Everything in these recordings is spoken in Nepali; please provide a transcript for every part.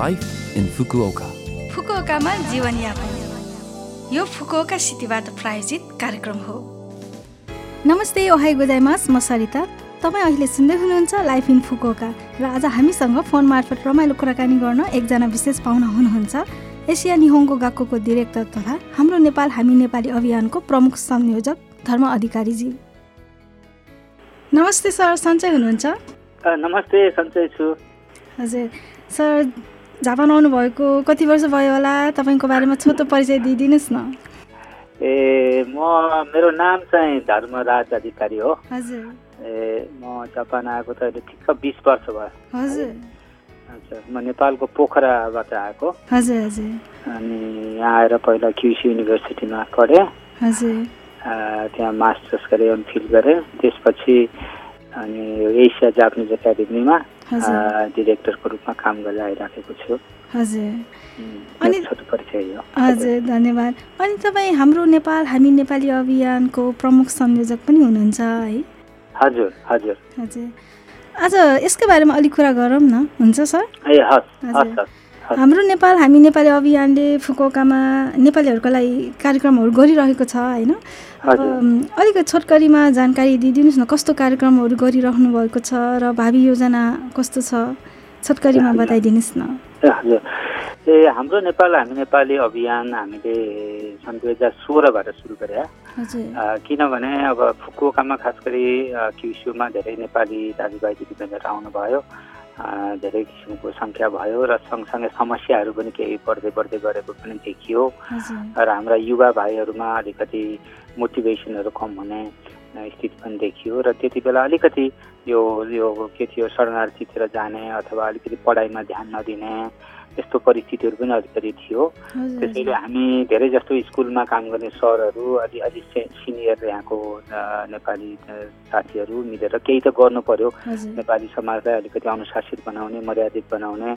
Life in Fukuoka. फुकुओकामा जीवनयापन यो फुकुओका सिटीबाट प्रायोजित कार्यक्रम हो नमस्ते ओहाई गोजाइमास म सरिता तपाईँ अहिले सुन्दै हुनुहुन्छ लाइफ इन फुकुओका र आज हामीसँग फोन मार्फत रमाइलो कुराकानी गर्न एकजना विशेष पाहुना हुनुहुन्छ एसिया निहोङ्गो गाकोको डिरेक्टर तथा हाम्रो नेपाल हामी नेपाली अभियानको प्रमुख संयोजक धर्म अधिकारीजी नमस्ते सर सन्चै हुनुहुन्छ अ, नमस्ते सन्चै छु हजुर सर जापान आउनुभएको कति वर्ष भयो होला तपाईँको बारेमा छोटो परिचय दिइदिनुहोस् न ए म मेरो नाम चाहिँ धर्मराज अधिकारी हो हजुर ए म जापान आएको त अहिले ठिक्क बिस वर्ष भयो हजुर हजुर म नेपालको पोखराबाट आएको हजुर हजुर अनि यहाँ आएर पहिला क्युसी युनिभर्सिटीमा पढेँ हजुर अ, त्यहाँ मास्टर्स गरेँ एमफिल गरेँ त्यसपछि अनि एसिया जापानिज एकाडेमीमा हजुर। अ, डिरेक्टरको रूपमा काम गरेर आइराखेको छु हजुर अनि- अनि छोटो परिचय हो हजुर धन्यवाद अनि तपाईँ हाम्रो नेपाल हामी नेपाली अभियानको प्रमुख संयोजक पनि हुनुहुन्छ है हजुर हजुर हजुर आज यसकै बारेमा अलिक कुरा गरौँ न हुन्छ सर ए हस् हस् हजुर। हस् हजुर। हाम्रो नेपाल हामी नेपाली अभियानले फुकुकामा नेपालीहरूको लागि कार्यक्रमहरू गरिरहेको छ होइन अब, हजुर। अम, अलिकति छोटकरीमा जानकारी दिइदिनुहोस् न कस्तो कार्यक्रमहरू गरिरहनु भएको छ र भावी योजना कस्तो छ छोटकरीमा बताइदिनुहोस् न ए हजुर ए हाम्रो नेपाल हामी नेपाली अभियान हामीले सन् दुई हजार सोह्रबाट सुरु गरे हजुर अ, किनभने अब फुकुओकामा खास गरी अ, क्युसुमा धेरै नेपाली दाजुभाइ दिदीबहिनीहरू आउनुभयो अ, धेरै किसिमको सङ्ख्या भयो र सँगसँगै समस्याहरू पनि केही बढ्दै बढ्दै गरेको पनि देखियो हजुर र हाम्रा युवा भाइहरूमा अलिकति मोटिभेसनहरू कम हुने अ, स्थिति पनि देखियो र त्यति बेला अलिकति यो यो के थियो शरणार्थीतिर जाने अथवा अलिकति पढाइमा ध्यान नदिने यस्तो परिस्थितिहरू पनि अलिकति थियो हजुर त्यसैले हामी धेरै जस्तो स्कुलमा काम गर्ने सरहरू अलि अलि से सिनियर यहाँको अ, नेपाली अ, साथीहरू मिलेर केही त गर्नु पर्यो हजुर नेपाली समाजलाई अलिकति अनुशासित बनाउने मर्यादित बनाउने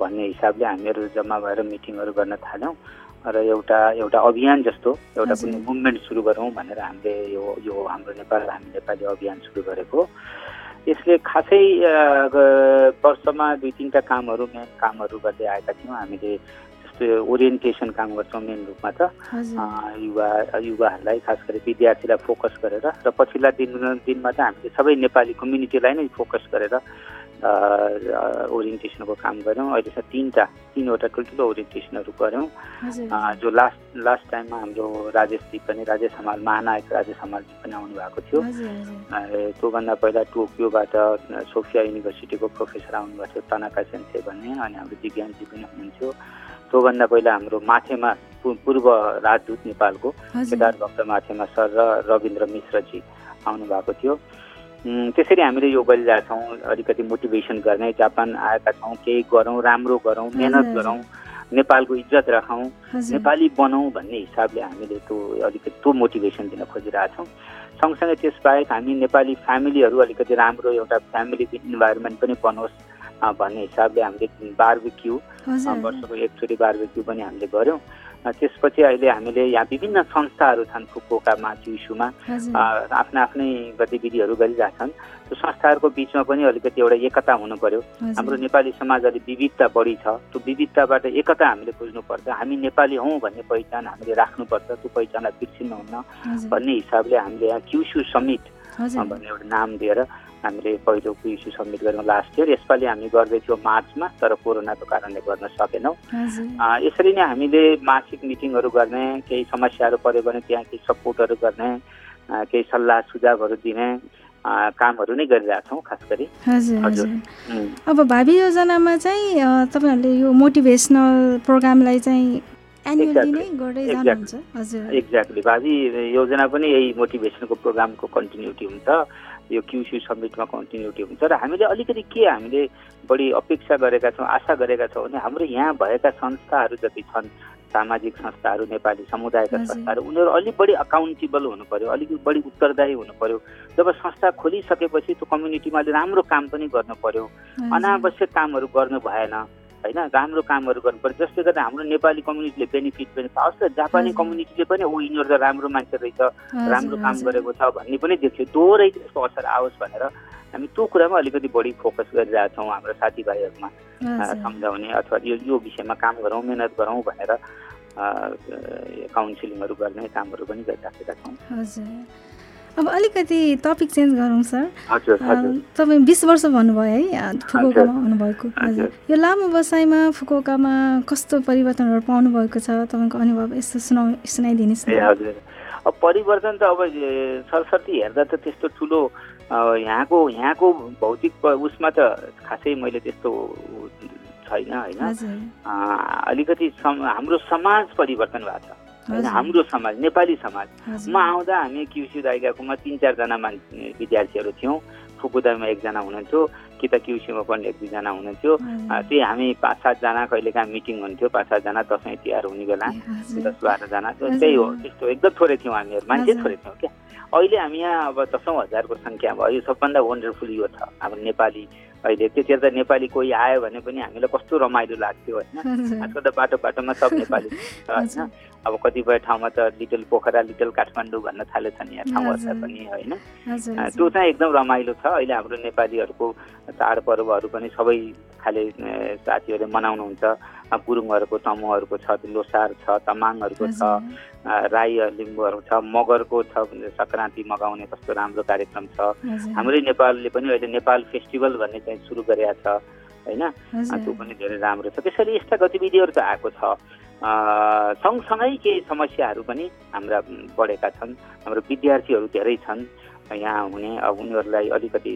भन्ने हिसाबले हामीहरू जम्मा भएर मिटिङहरू गर्न थाल्यौँ र एउटा एउटा अभियान जस्तो एउटा हजुर। कुनै मुभमेन्ट सुरु गरौँ भनेर हामीले यो यो हाम्रो नेपाल हामी नेपाली अभियान सुरु गरेको यसले खासै अ, ग- वर्षमा दुई तिनवटा कामहरू मेन कामहरू गर्दै आएका थियौँ हामीले जस्तो ओरिएन्टेसन काम गर्छौँ मेन रूपमा त हजुर अँ, युवा युवाहरूलाई खास गरी विद्यार्थीलाई फोकस गरेर र पछिल्ला दिन दिनमा त हामीले सबै नेपाली कम्युनिटीलाई नै फोकस गरेर अ, अ, ओरिएन्टेसनको काम गऱ्यौँ अहिलेसम्म तिनवटा तिनवटा ठुल्ठुलो ओरिएन्टेसनहरू गऱ्यौँ हजुर अ, जो लास्ट लास्ट टाइममा हाम्रो राजेशजी पनि राजेश हमाल महानायक राजेश हमालजी पनि आउनु भएको थियो हजुर हजुर ए, त्योभन्दा पहिला टोकियोबाट सोफिया युनिभर्सिटीको प्रोफेसर आउनुभएको थियो तनाका सेन्से भन्ने अनि हाम्रो दिव्याङ्गजी पनि हुनुहुन्थ्यो त्योभन्दा पहिला हाम्रो माथेमा पू- पूर्व राजदूत नेपालको हजुर केदार भक्त माथेमा सर र रविन्द्र मिश्रजी आउनुभएको थियो उम्, त्यसरी हामीले यो गरिरहेका छौँ अलिकति मोटिभेसन गर्ने जापान आएका छौँ केही गरौँ राम्रो गरौँ मेहनत हजुर। गरौँ नेपालको इज्जत राखौँ हजुर नेपाली बनाउँ भन्ने हिसाबले हामीले त्यो अलिकति त्यो मोटिभेसन दिन खोजिरहेछौँ सँगसँगै त्यसबाहेक हामी नेपाली फ्यामिलीहरू अलिकति राम्रो एउटा फ्यामिली इन्भाइरोमेन्ट पनि बनोस् अ, भन्ने हिसाबले हामीले बार्बिक्यू अ, हजुर वर्षको एकचोटि बार्बिक्यू पनि हामीले गऱ्यौँ अ, त्यसपछि अहिले हामीले यहाँ विभिन्न संस्थाहरू छन् फुकुकामा चिसुमा हजुर आफ्ना आफ्नै गतिविधिहरू गरिरहेछन् त्यो संस्थाहरूको बिचमा पनि अलिकति एउटा एकता हुनु पर्यो हाम्रो हजुर नेपाली समाज अलि विविधता बढी छ त्यो विविधताबाट एकता हामीले बुझ्नुपर्छ हामी नेपाली हौँ भन्ने पहिचान हामीले राख्नुपर्छ त्यो पहिचानलाई बिर्सिनुहुन्न हजुर भन्ने हिसाबले हामीले यहाँ क्युसु समिट हजुर भन्ने एउटा नाम दिएर हामीले पहिलो क्युसु समिट गऱ्यौँ लास्ट इयर यसपालि हामी गर्दैथ्यौँ मार्चमा तर कोरोनाको कारणले गर्न सकेनौँ हजुर अँ, यसरी नै हामीले मासिक मिटिङहरू गर्ने केही समस्याहरू पऱ्यो भने त्यहाँ केही सपोर्टहरू गर्ने अँ, केही सल्लाह सुझावहरू दिने अँ, कामहरू नै गरिरहेछौँ खास गरी हजुर हजुर हजुर। उम्, अब भावी योजनामा चाहिँ अ, तपाईँहरूले यो मोटिभेसनल प्रोग्रामलाई चाहिँ एन्युअली नै गर्दै Exactly. जानुहुन्छ हजुर एक्ज्याक्टली भावी योजना पनि यही मोटिभेसनको प्रोग्रामको कन्टिन्युटी हुन्छ यो क्युसी समिटमा कन्टिन्युटी हुन्छ र हामीले अलिकति के हामीले बढी अपेक्षा गरेका छौँ आशा गरेका छौँ भने हाम्रो यहाँ भएका संस्थाहरू जति छन् सामाजिक संस्थाहरू नेपाली समुदायका हजुर। संस्थाहरू उनीहरू अलिक बढी अकाउन्टेबल हुनु पर्यो अलिक बढी उत्तरदायी हुनु पर्यो जब संस्था खोलिसकेपछि त्यो कम्युनिटीमा अलि राम्रो काम पनि गर्नु पर्यो हजुर, अनावश्यक कामहरू गर्नु भएन होइन राम्रो कामहरू गर्नु पर्यो जसले गर्दा हाम्रो नेपाली कम्युनिटीले बेनिफिट पनि पाओस् र जापानी हजुर। कम्युनिटीले पनि ओ यिनीहरू त राम्रो मान्छे रहेछ हजुर, राम्रो काम हजुर, गरेको छ भन्ने पनि देख्यो दोहोरै त्यसको असर आओस् भनेर हामी त्यो कुरामा अलिकति बढी फोकस गरिरहेछौँ हाम्रो साथीभाइहरूमा सम्झाउने अथवा यो यो विषयमा काम गरौँ मिहिनेत गरौँ भनेर काउन्सिलिङहरू गर्ने कामहरू पनि गरिराखेका छौँ हजुर अब अलिकति टपिक चेन्ज गरौँ सर हजुर हजुर तपाईँ बिस वर्ष भन्नुभयो है फुकुकामा हुनुभएको हजुर यो लामो व्यवसायमा फुकुकामा कस्तो परिवर्तनहरू पाउनुभएको छ तपाईँको अनुभव यसो सुनाउ सुनाइदिनुहोस् न ए हजुर अब परिवर्तन त अब सरस्वती हेर्दा त त्यस्तो ठुलो यहाँको यहाँको भौतिक उसमा त खासै मैले त्यस्तो छैन होइन अलिकति सम, हाम्रो समाज परिवर्तन भएको छ होइन हाम्रो समाज नेपाली समाज म आउँदा हामी क्युसी दाइगाकोमा तिन चारजना मान्छे विद्यार्थीहरू थियौँ फुकुदामा एकजना हुनुहुन्थ्यो कि त क्युसीमा पनि एक दुईजना हुनुहुन्थ्यो त्यही हामी पाँच सातजना कहिलेकाहीँ मिटिङ हुन्थ्यो पाँच सातजना दसैँ तिहार हुने बेला दस बाह्रजना त्यही हो त्यस्तो एकदम थोरै थियौँ हामीहरू मान्छे थोरै थियौँ क्या अहिले हामी यहाँ अब दसौँ हजारको सङ्ख्या भयो यो सबभन्दा वन्डरफुल यो छ हाम्रो नेपाली अहिले त्यतिखेर त नेपाली कोही आयो भने पनि हामीलाई कस्तो रमाइलो लाग्थ्यो होइन आजकल त बाटो बाटोमा सब नेपाली होइन अब कतिपय ठाउँमा त लिटल पोखरा लिटल काठमाडौँ भन्न थालेछ नि यहाँ ठाउँहरूलाई पनि होइन त्यो चाहिँ एकदम रमाइलो छ अहिले हाम्रो नेपालीहरूको चाडपर्वहरू पनि सबै खाले साथीहरूले मनाउनुहुन्छ गुरुङहरूको तमुहरूको छ लोसार छ तमाङहरूको छ राई लिम्बूहरू छ मगरको छ सङ्क्रान्ति मगाउने कस्तो राम्रो कार्यक्रम छ हाम्रै नेपालले पनि अहिले नेपाल फेस्टिभल भन्ने चाहिँ सुरु गरेका छ होइन त्यो पनि धेरै राम्रो छ त्यसरी यस्ता गतिविधिहरू त आएको छ सँगसँगै केही समस्याहरू पनि हाम्रा बढेका छन् हाम्रो विद्यार्थीहरू धेरै छन् यहाँ हुने अब उनीहरूलाई अलिकति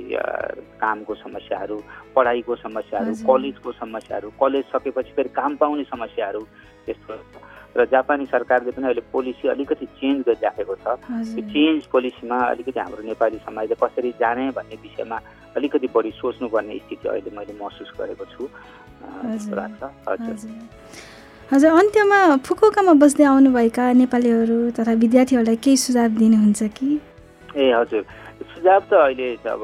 कामको समस्याहरू पढाइको समस्याहरू कलेजको समस्याहरू कलेज सकेपछि फेरि काम पाउने समस्याहरू त्यस्तो र जापानी सरकारले पनि अहिले पोलिसी अलिकति चेन्ज गरिराखेको छ त्यो चेन्ज पोलिसीमा अलिकति हाम्रो नेपाली समाजले कसरी जाने भन्ने विषयमा अलिकति बढी सोच्नुपर्ने स्थिति अहिले मैले महसुस गरेको छु लाग्छ हजुर हजुर अन्त्यमा फुकुकामा बस्दै आउनुभएका नेपालीहरू तथा विद्यार्थीहरूलाई केही सुझाव दिनुहुन्छ कि ए हजुर सुझाव त अहिले अब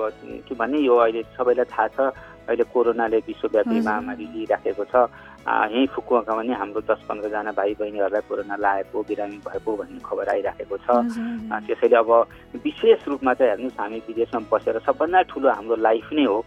के भन्ने यो अहिले सबैलाई थाहा छ अहिले कोरोनाले विश्वव्यापी महामारी लिइराखेको छ यहीँ फुकुवाकामा नै हाम्रो दस पन्ध्रजना भाइ बहिनीहरूलाई कोरोना लागेको बिरामी भएको भन्ने खबर आइराखेको छ त्यसैले अब विशेष रूपमा चाहिँ हेर्नुहोस् हामी विदेशमा बसेर सबभन्दा ठुलो हाम्रो लाइफ नै हो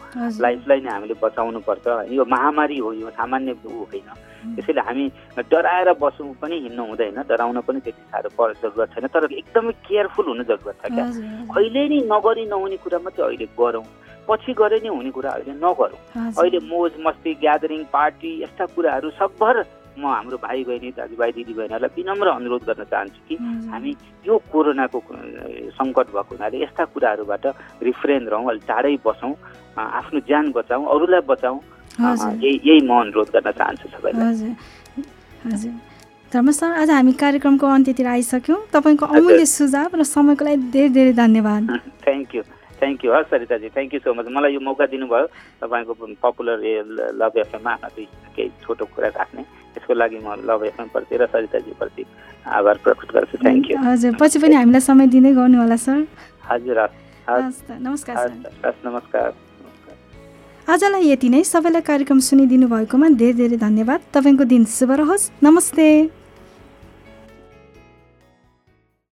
लाइफलाई नै हामीले बचाउनुपर्छ यो महामारी हो यो सामान्य ऊ होइन त्यसैले हामी डराएर बस्नु पनि हिँड्नु हुँदैन डराउन पनि त्यति साह्रो पर जरुरत छैन तर एकदमै केयरफुल हुनु जरुरत छ क्या अहिले नै नगरी नहुने कुरा मात्रै अहिले गरौँ पछि गरे नै हुने कुरा अहिले नगरौँ अहिले मोज मस्ती ग्यादरिङ पार्टी यस्ता कुराहरू सबभर म हाम्रो भाइ बहिनी दाजुभाइ दिदीबहिनीहरूलाई विनम्र अनुरोध गर्न चाहन्छु कि हामी यो कोरोनाको सङ्कट भएको हुनाले यस्ता कुराहरूबाट रिफ्रेन रहौँ अलिक चाँडै बसौँ आफ्नो ज्यान बचाउँ अरूलाई बचाउँ यही यही म अनुरोध गर्न चाहन्छु सबैलाई हजुर धर्म सर आज हामी कार्यक्रमको अन्त्यतिर आइसक्यौँ तपाईँको अमूल्य सुझाव र समयको लागि धेरै धेरै धन्यवाद थ्याङ्क यू थ्याङ्क यू हस् सरिताजी थ्याङ्क यू सो मच मलाई यो मौका दिनुभयो तपाईँको पपुलर लभ एफएममा आफ्नो केही छोटो कुरा राख्ने त्यसको लागि म लभ एफएमप्रति र सरिताजीप्रति आभार प्रकट गर्छु थ्याङ्क यू हजुर पछि पनि हामीलाई समय दिँदै गर्नु होला सर हजुर हस् नमस्कार हस् नमस्कार आजलाई यति नै सबैलाई कार्यक्रम सुनिदिनु भएकोमा धेरै धेरै धन्यवाद तपाईँको दिन शुभ रहोस् नमस्ते